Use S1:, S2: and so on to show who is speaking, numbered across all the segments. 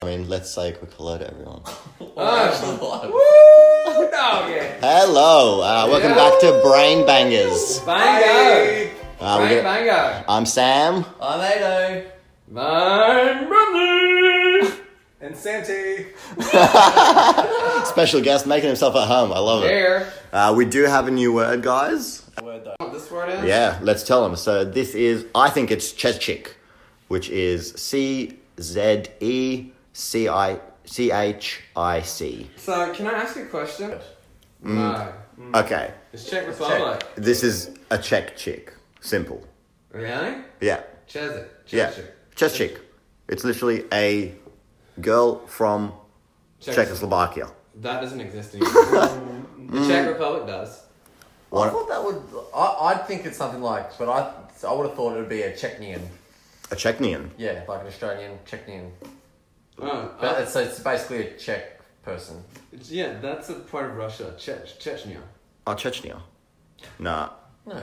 S1: Quinn. Let's say a quick hello to everyone.
S2: Woo! Dog yeah.
S1: Hello. Uh, welcome back to Brain Bangers.
S2: Bango.
S1: Uh, we're
S2: Bang, Uh.
S1: gonna-
S2: bango.
S1: I'm Sam.
S3: I'm Ado.
S2: Bang, brother.
S4: And Santi.
S1: Special guest making himself at home. I love it.
S2: There.
S1: Uh, we do have a new word, guys.
S3: Word though.
S2: What this word is?
S1: Yeah, let's tell them. So this is, I think it's Czechik, which is C Z E C I C H I C.
S2: So, can I ask you a question? No.
S1: Okay,
S2: It's Czech Republic.
S1: this is a Czech chick. Simple.
S2: Really?
S1: Yeah,
S2: Chesed.
S1: yeah.
S2: Czech.
S1: Czech chick. It's literally a girl from
S2: Czech-
S1: Czechoslovakia.
S2: That doesn't exist anymore. the Czech Republic does.
S3: I
S2: Oh.
S3: thought that would. I, I'd think it's something like, but I I would have thought it would be a Chechnian.
S1: A Chechnian.
S3: Yeah, like an Australian Chechnian.
S2: Oh,
S3: But
S2: uh,
S3: it's, so it's basically a Czech person.
S2: yeah, that's a part of Russia. Chech- Chechnya.
S1: Oh, Chechnya. Nah.
S3: No,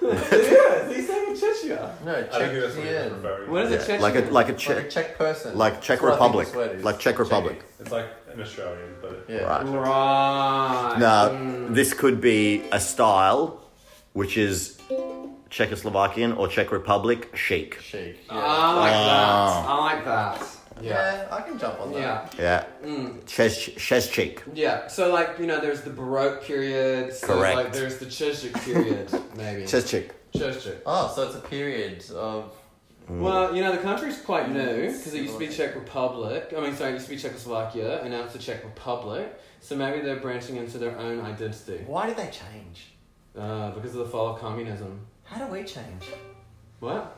S2: yeah, he's saying Chechnya.
S3: no,
S4: I think that's what you're
S3: Chechnian.
S4: referring
S2: What is
S1: Yeah,
S2: it, Chechnya?
S1: like a like a
S3: Like a
S1: Czech
S3: Czech person.
S1: like Czech
S3: That's what I think
S1: Republic.
S3: this word is.
S1: Like Czech Republic.
S4: It's like an Australian, but
S3: Yeah.
S1: Right.
S2: Right.
S1: Now, this could be a style, which is Czechoslovakian or Czech Republic chic.
S3: Chic. Yeah.
S2: I like that. I like that.
S3: yeah. I can jump on that.
S2: Yeah. Mm.
S1: Yeah. Czech Czech chic.
S2: Yeah. So like, you know, there's the Baroque period, so
S1: Correct.
S2: like there's the Cheshire period, maybe.
S1: Czech chic.
S2: Cheshire.
S3: Oh, so it's a period of.
S1: Mm.
S2: Well, you know, the country's quite new because it used to be Czech Republic. I mean, sorry, it used to be Czechoslovakia, and now it's the Czech Republic. So maybe they're branching into their own identity
S3: Why did they change?
S2: uh, because of the fall of communism.
S3: How do we change?
S2: What?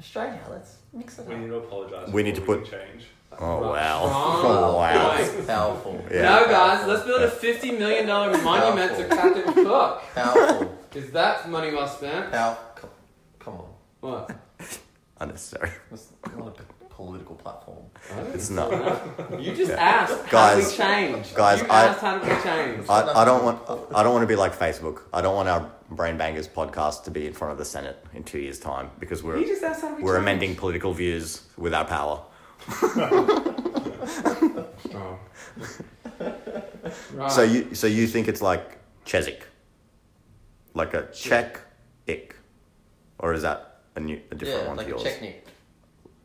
S3: Australia, let's mix it
S4: we need
S3: up.
S4: to apologize.
S1: We need
S4: for
S1: to
S4: what we
S1: put-
S4: change.
S1: Oh wow.
S2: Oh,
S1: wow.
S3: That's powerful.
S1: Yeah.
S2: No, guys, let's build a fifty million dollar monument to Captain Cook.
S3: Powerful.
S2: Is that money well spent?
S3: Power. Come, come on.
S2: What?
S1: Unnecessary.
S3: It's not a political platform.
S1: It's not.
S2: You just asked how do we
S1: Guys,
S2: change.
S1: guys,
S2: you
S1: I-
S2: asked how do we change.
S1: I, I don't want I don't want to be like Facebook. I don't want our Brain Bangers podcast to be in front of the Senate in two years' time because we're
S2: He just asked how do we
S1: we're
S2: change.
S1: amending political views with our power.
S2: Oh. right.
S1: So you so you think it's like Chesik, like a Czech ick, or is that a new a different
S3: Yeah,
S1: one
S3: like
S1: to
S3: a
S1: yours?
S3: Chechnik.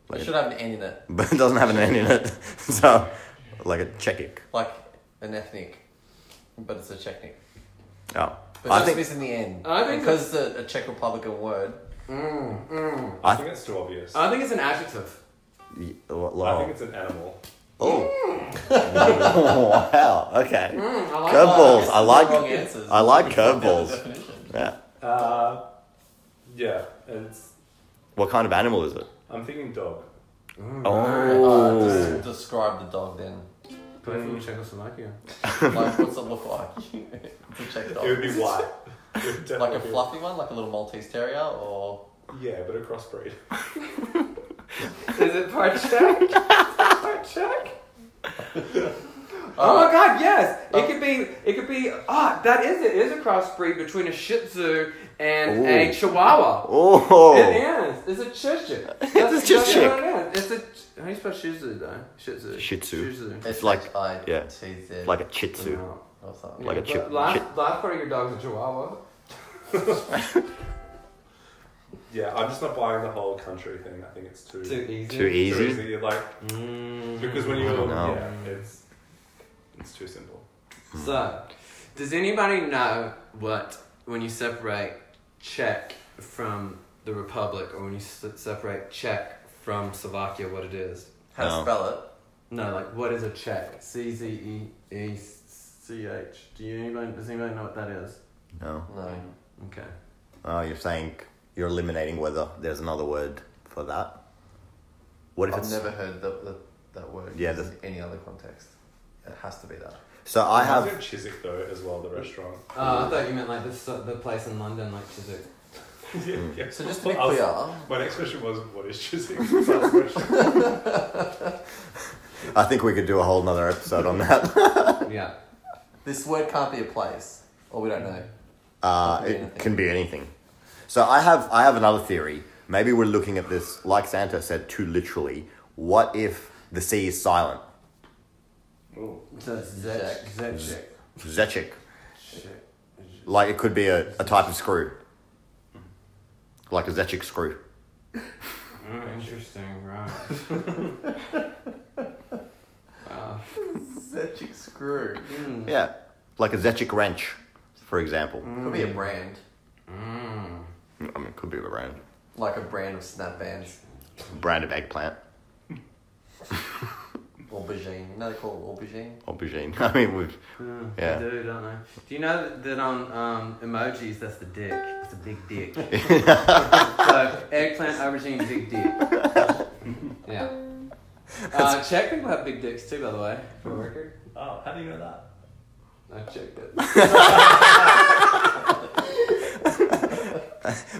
S1: Like
S3: it
S1: a-
S3: should have an N in it,
S1: but it doesn't have an N in it, so like a Czech ick.
S3: like an ethnic, but it's a Chechnik.
S1: Oh,
S3: But
S1: I
S3: I just
S1: think
S3: missing the N.
S2: I think
S3: because it's a, a Czech Republican word.
S2: Mm, mm.
S4: I
S1: I- Uh,
S4: think it's too obvious.
S2: I think it's an adjective.
S1: y- well,
S4: I think
S1: well,
S4: it's an animal.
S1: oh wow okay
S2: Mm, I like that.
S1: curveballs. I
S3: the wrong
S1: like
S3: answers.
S1: I like
S3: The
S1: curveballs.
S3: definition.
S1: Yeah.
S4: Uh, yeah, it's.
S1: What kind of animal is it?
S4: I'm thinking dog.
S3: Uh,
S1: Oh,
S3: just describe the dog then.
S2: Play from Czechoslovakia.
S3: Like, what's it look like? it's a Czech dog.
S4: It would be white. It would
S3: like
S4: definitely
S3: a
S4: be-
S3: fluffy one, like a little Maltese Terrier, or
S4: Yeah, but a crossbreed.
S2: Is it part Czech? Is it part Czech? Oh my god, yes! It could be, it could be, ah, that is it. It is a crossbreed between a Shih Tzu and a
S1: Ooh.
S2: Chihuahua.
S1: oh,
S2: It is. It's a Cheshire. That's
S1: It's a Cheshire.
S2: exactly what it is. It's a, how do you spell Shih Tzu though? Shih Tzu.
S1: Shih Tzu.
S2: Shih Tzu.
S1: It's like-
S3: I
S1: yeah.
S3: T Z
S1: like a Chih Tzu.
S2: No.
S3: or something.
S1: Like a
S2: but
S1: chip-
S2: Last,
S1: chip-
S2: last part of your dog's a chihuahua.
S4: Yeah, I'm just not buying the whole country thing. I think it's too.
S2: Too easy.
S1: Too
S4: too
S1: easy.
S4: easy. Like
S3: Mm-hmm.
S2: Mm.
S4: because when you
S1: I don't know.
S4: yeah, it's it's too simple.
S2: So, does anybody know what when you separate Czech from the Republic, or when you s- separate Czech from Slovakia, what it is?
S3: How to
S1: No.
S3: spell it?
S2: No, like what is a Czech? C Z E E C H. Do you anybody does anybody know what that is?
S1: No.
S3: No.
S2: Okay.
S1: Oh, you're saying you're eliminating whether there's another word for that. What if
S3: I've
S1: it's
S3: never heard that that, that word
S1: Yeah,
S3: used
S1: the-
S3: in any other context. It has to be that.
S1: so? I
S4: Is
S1: have
S4: it Chiswick though as well the restaurant.
S2: Uh, I thought you meant like this uh, the place in London, like Chiswick.
S1: Mm.
S4: yeah, yeah.
S3: So just to be
S4: I was-
S3: clear,
S4: my next question was what is Chiswick? It's not a question.
S1: I think we could do a whole nother episode on that.
S2: yeah.
S3: this word can't be a place, or we don't know.
S1: Uh,
S3: It
S1: it can be anything. So I have I have another theory. Maybe we're looking at this like Santa said too literally. What if The C is silent.
S4: Ooh.
S2: So it's Zech. Zech.
S1: Zechik.
S2: Shit.
S1: Like it could be a, a type of screw. Like a Zechik screw.
S2: Oh, interesting, right. wow.
S3: Zechic screw.
S2: Mm.
S1: Yeah. Like a Zechik wrench, for example.
S3: Could be a brand,
S2: Mm.
S1: Mm. I mean, it could be a brand.
S3: like a brand of snap bands
S1: Brand of eggplant.
S3: or aubergine. You know they call it aubergine.
S1: Aubergine. I mean, we've. Yeah.
S2: I Mm, do, don't I? Do you know that on um, emojis, that's the dick? It's a big dick. so, eggplant, aubergine, big dick. Yeah. Uh, Czech people have big dicks too, by the way, for the record.
S4: Oh, how do you know that?
S2: I checked it.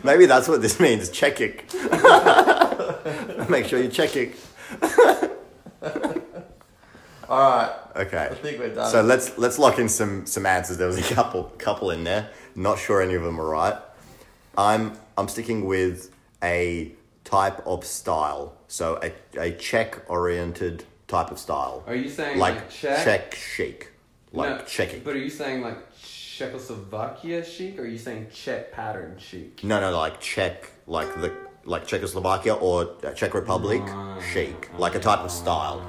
S1: Maybe that's what this means. Check it. Make sure you check it.
S3: All right, I
S1: Okay.
S3: think we're done.
S1: So let's let's lock in some some answers. There was a couple couple in there. Not sure any of them are right. I'm I'm sticking with a type of style. So a a Czech oriented type of style.
S2: Are you saying like,
S1: Like
S2: Czech?
S1: Czech chic. Like
S2: No,
S1: checking.
S2: But are you saying like Czechoslovakia chic or are you saying Czech pattern chic?
S1: No, no, like Czech, like the like Czechoslovakia or uh, Czech Republic
S3: Ah,
S1: chic, like a type of style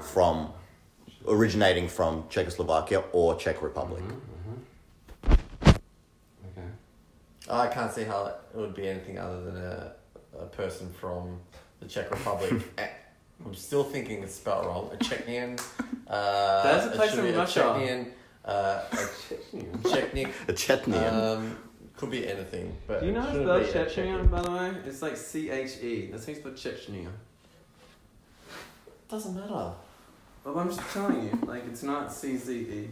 S1: from originating from Czechoslovakia or Czech Republic.
S3: Mm-hmm.
S2: Okay.
S3: I can't see how it would be anything other than a, a person from the Czech Republic. Eh, I'm still thinking it's spelled wrong. A Chechnian. Uh,
S2: There's a place
S3: should be
S2: in
S3: a
S2: Russia.
S3: Chechnian. Uh, a Chechnik.
S1: A Chetnian.
S3: Um, could be anything. But
S2: Do you know
S3: it
S2: how
S3: shouldn't
S2: to
S3: be a
S2: spell Chechnya, by the way? It's like C H E. That's how you spell Chechnya.
S3: Doesn't matter.
S2: Well, I'm just telling you, like, it's not C Z E.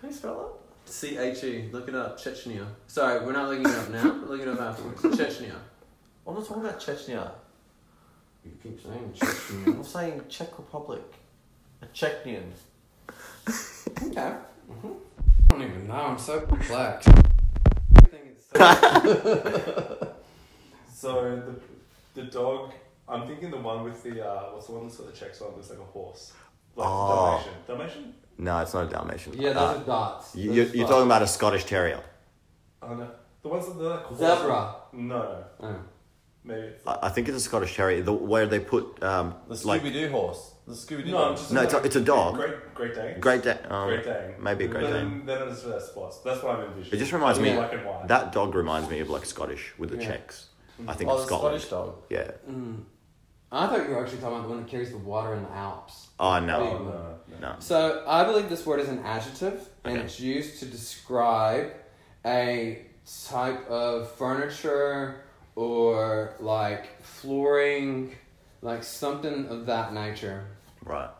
S3: How do you spell
S2: C H E. Look it up. Chechnya. Sorry, we're not looking it up now. We're looking it up afterwards. Chechnya.
S3: it? I'm not talking about Chechnya.
S2: You keep saying
S3: I'm
S2: Chechnya.
S3: saying Czech Republic. A Chechnian.
S2: okay. Mm-hmm. I don't even know. I'm so perplexed. I think it's so-
S4: So the the dog. I'm thinking the one with the uh, what's the one that's got the checks on? Looks like a horse. Like
S1: Oh.
S4: Dalmatian. Dalmatian.
S1: No, it's not a Dalmatian.
S2: yeah, those
S1: Uh,
S2: are dots.
S1: you,
S2: Those
S1: you're,
S2: are
S1: you're
S2: dots.
S1: talking about a Scottish Terrier.
S4: I don't know. The ones that they're like horse-
S2: Zebra.
S4: No, no.
S2: Oh.
S4: Maybe. It's,
S1: I, I think it's a Scottish Terrier. The, where they put um,
S3: The Scooby
S1: like
S3: Doo horse. The Scooby Doo
S4: no, I'm
S3: horse.
S4: just
S1: No, it's a- it's a dog.
S4: Great, great Dane.
S1: Great Dane. Um,
S4: Great Dane.
S1: Maybe a Great
S4: But
S1: Dane.
S4: Then, then it's for their spots. That's what I'm envisioning.
S1: It just reminds
S4: It'll be
S1: me-
S4: Black and white.
S1: That dog reminds me of like Scottish with the
S2: Yeah.
S1: Czechs. I think
S3: Oh,
S1: of
S3: the
S1: Scotland.
S3: Scottish dog.
S1: Yeah.
S2: Mm. I thought you were actually talking about the one that carries the water in the Alps.
S1: Oh
S4: Oh,
S1: no,
S4: no, no.
S1: no.
S2: So I believe this word is an adjective, and
S1: Okay.
S2: it's used to describe a type of furniture or like flooring, like something of that nature.
S1: Right.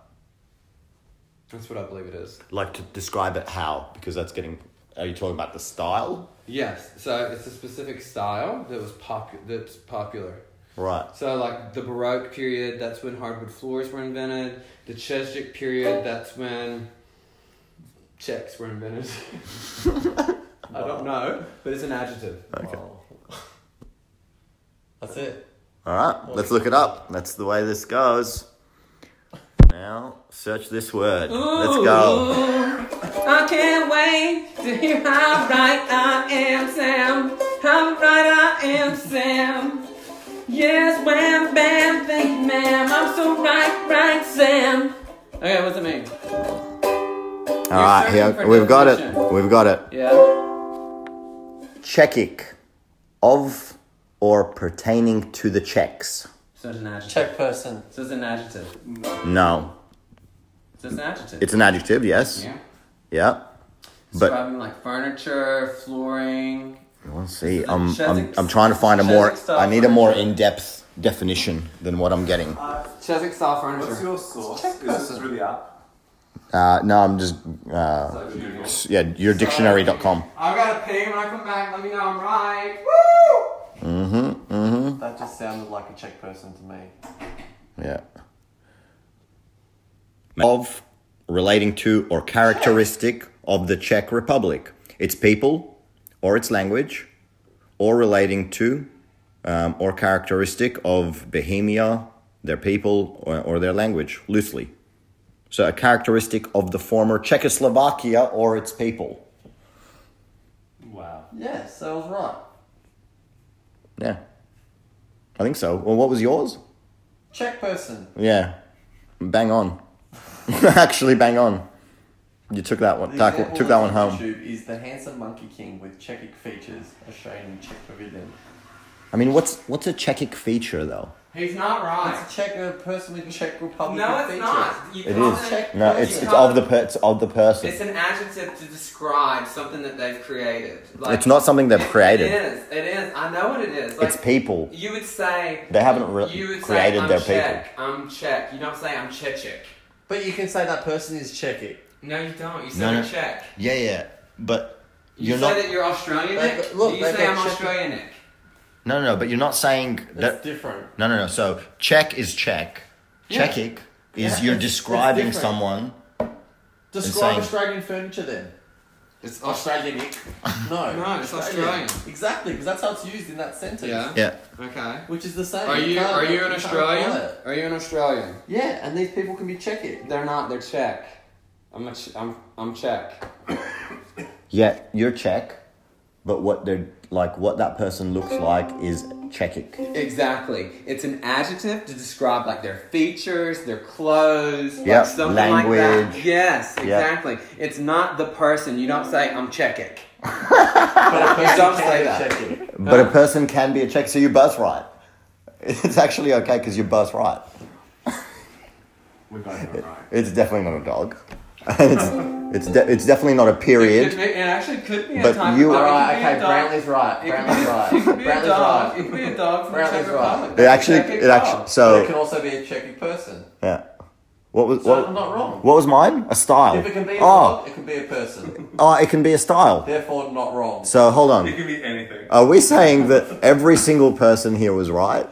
S2: That's what I believe it is.
S1: Like to describe it how? Because that's getting. Are you talking about the style?
S2: Yes. So it's a specific style that was popu- that's popular.
S1: Right.
S2: So like the Baroque period, that's when hardwood floors were invented. The Cheswick period, that's when checks were invented. I don't know, but it's an adjective.
S1: Okay.
S3: Wow. That's it.
S1: All right. Let's look it up. That's the way this goes. Now search this word. Let's go.
S2: I can't wait to hear how right I am, Sam. How right I am, Sam. Yes, wham, bam, thank you, ma'am. I'm so right, right, Sam. Okay, what's it mean?
S1: All right.
S2: searching
S1: Here
S2: for
S1: we've got it.
S2: definition.
S1: We've got it.
S2: Yeah.
S1: Czechic, of or pertaining to the Czechs.
S2: So it's an adjective.
S3: Czech person.
S2: So it's an adjective.
S1: No,
S2: So it's an adjective.
S1: it's an adjective. Yes.
S2: yeah.
S1: Yeah. But
S2: Describing like furniture, flooring.
S1: let's see. I'm I'm
S2: Cheswick-
S1: I'm trying to find a more.
S2: Cheswick style
S1: I need a more
S2: furniture.
S1: in depth definition than what I'm getting.
S2: Cheswick style
S4: What's
S2: furniture.
S4: your source? Is this really up?
S1: Uh, no, I'm just. Uh, yeah, your dictionary.com.
S2: I've got a pee when I come back. Let me know I'm right. Woo!
S3: That just sounded like a Czech person to me.
S1: Yeah. Of, relating to, or characteristic of the Czech Republic, its people, or its language, or relating to, um, or characteristic of Bohemia, their people, or, or their language, loosely. So, a characteristic of the former Czechoslovakia or its people.
S4: Wow.
S3: Yes, I was right.
S1: Yeah. I think so. Well, what was yours?
S3: Czech person.
S1: Yeah. Bang on. Actually, bang on. You took that one.
S3: The
S1: Took,
S3: example
S1: took that
S3: on
S1: one home.
S3: YouTube is the handsome monkey king with Czechic features, are shown in Czech pavilion.
S1: I mean, what's what's a Czechic feature though?
S2: He's not right.
S3: It's a Czech a person with Czech Republic
S2: No, it's
S3: features.
S2: not. You
S1: It
S2: can't-
S1: is.
S3: Check
S1: No,
S3: person.
S1: it's it's of the per, it's of the person.
S2: It's an adjective to describe something that they've created. Like,
S1: It's not something they've
S2: It
S1: created.
S2: is. It is. I know what it is. Like,
S1: It's people.
S2: You would say
S1: They haven't re-
S2: you would
S1: created
S2: say, I'm
S1: their
S2: Czech, I'm Czech. You don't say I'm Chechik.
S3: But you can say that person is Czechic.
S2: No, you don't. You say
S1: No,
S2: I'm
S1: no.
S2: Czech.
S1: Yeah, yeah, but
S2: You say that you're Australian.
S3: They-
S2: Nick?
S3: look,
S2: Do you
S3: they
S2: say
S3: got
S2: I'm
S3: Czech-
S2: Australian. Nick?
S1: No, no, no, but you're not saying
S3: That's
S1: that.
S3: different.
S1: No, no, no. So Czech is Czech.
S3: Yeah.
S1: Czechic
S3: Yeah,
S1: is
S3: it's-
S1: you're
S3: it's
S1: describing
S3: different.
S1: someone.
S3: Describe
S1: Insane.
S3: Australian furniture then. It's Australian. No.
S2: No, it's Australian.
S3: Exactly, because that's how it's used in that sentence.
S2: Yeah.
S1: Yeah.
S2: Okay.
S3: Which is the same.
S2: Are you
S3: can't-
S2: are you an
S3: can't call
S2: Australian?
S3: it.
S2: Are you an Australian?
S3: Yeah, and these people can be Czechic.
S2: They're not. They're Czech. I'm a ch- I'm I'm Czech.
S1: Yeah, you're Czech, but what they're like, what that person looks like is Czechic.
S2: Exactly. It's an adjective to describe like their features, their clothes,
S1: Yeah,
S2: like something like that.
S1: language.
S2: Yes, exactly. It's not the person. You don't say I'm Czechic.
S3: But a person
S2: Don't
S3: can
S2: say
S3: be
S2: that.
S3: Czechic.
S1: But a person can be a Czech, so you're birthright. It's actually okay because you're birthright.
S4: We both got it right.
S1: It's definitely not a dog. it's it's, de- it's definitely not a
S2: It, could
S1: period.
S2: be- it actually could be a
S1: But
S2: time.
S1: you-
S2: it could
S3: Alright,
S2: be a
S3: okay,
S2: dog.
S3: Brownlee's right.
S2: It could
S3: Brownlee's
S2: be-
S3: right.
S2: It could be a
S3: Brownlee's
S2: dog. It
S3: right.
S2: could be a dog from the
S3: Brownlee's
S2: Czech
S3: right.
S2: Republic.
S1: It actually
S2: Czech
S1: it actually
S2: dog.
S3: But it can
S1: so
S3: also be a Czechic person.
S1: yeah. Oh. What was
S3: So I'm
S1: what,
S3: not wrong.
S1: what was mine? A style.
S3: If it can be
S1: oh,
S3: a dog, it can be a person.
S1: oh, it can be a style.
S3: Therefore, not wrong.
S1: So hold
S4: It
S1: on.
S4: could be anything.
S1: Are we saying that every single person here was right?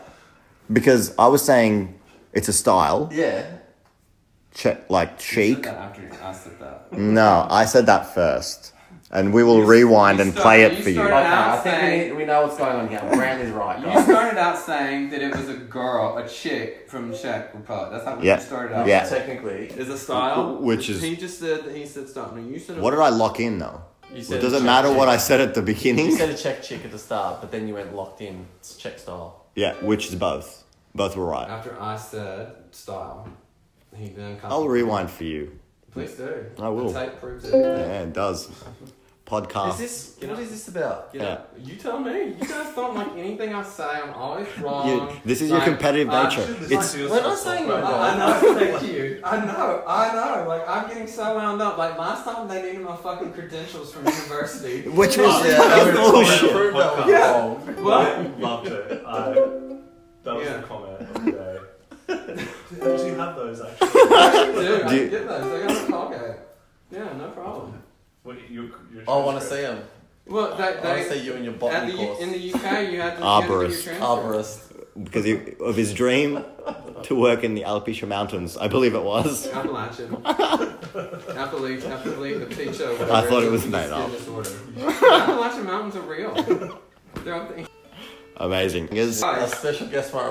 S1: Because I was saying it's a style,
S3: Yeah.
S1: che- like chic.
S4: After you asked it that.
S1: No, I said that first, and we will rewind
S2: you
S1: and
S2: started-
S1: play it
S2: you
S1: for you.
S2: started-
S3: Okay, I think we,
S2: saying-
S3: need, we know what's going on here. Brownlee's right,
S2: You
S3: guys.
S2: started out saying that it was a girl, a chick from Czech Republic. That's how
S1: Yeah.
S2: you started out.
S1: Yeah.
S3: Uh, Technically,
S2: Is a style.
S1: Which is-
S2: he just said that he said style. No, you said
S1: What did I lock in though?
S3: you said
S1: It
S3: a
S1: doesn't
S3: Czech
S1: matter
S3: chick.
S1: what I said at the
S3: You
S1: beginning.
S3: said a Czech chick at the start, but then you went locked in. It's Czech style.
S1: Yeah, which is both. Both were right.
S2: After I said style, he then.
S1: I'll rewind for you.
S2: Please do.
S1: I will.
S2: The tape proves everything.
S1: Yeah, it does. Podcast.
S3: Is this what is this about?
S2: Yeah. You tell me. You guys don't like anything I say. I'm always wrong.
S1: You- this is your competitive
S2: I
S1: nature.
S2: should-
S1: It's-
S3: we're not saying
S2: I, I know. Thank you. I know. I know. Like I'm getting so wound up. Like last time they needed my fucking credentials from university.
S1: Which was
S3: Yeah,
S1: fucking
S3: that was
S1: bullshit.
S3: prove that was
S2: Yeah.
S3: wrong.
S2: What?
S4: I loved it. I, that was
S2: Yeah.
S4: the comment of the day. Did you have those actually?
S2: Dude, I
S1: Do you-
S2: did those. I got a Colgate. Yeah, no problem.
S4: What, you, you
S3: I want to see him.
S2: Well, they,
S3: I want to
S2: they
S3: see you in your
S2: at
S3: botany
S2: the, U-
S3: course.
S2: in the UK you had to
S1: Arborist.
S2: You had to do your transcript.
S3: Arborist.
S1: Because he, of his dream to work in the Alopecia Mountains, I believe it was.
S2: Appalachian. Appalachian. Appalachian. The teacher.
S1: I thought it was made
S2: made
S1: up.
S2: Appalachian mountains are real. They're up there.
S1: Amazing. Because
S3: Our special guest for our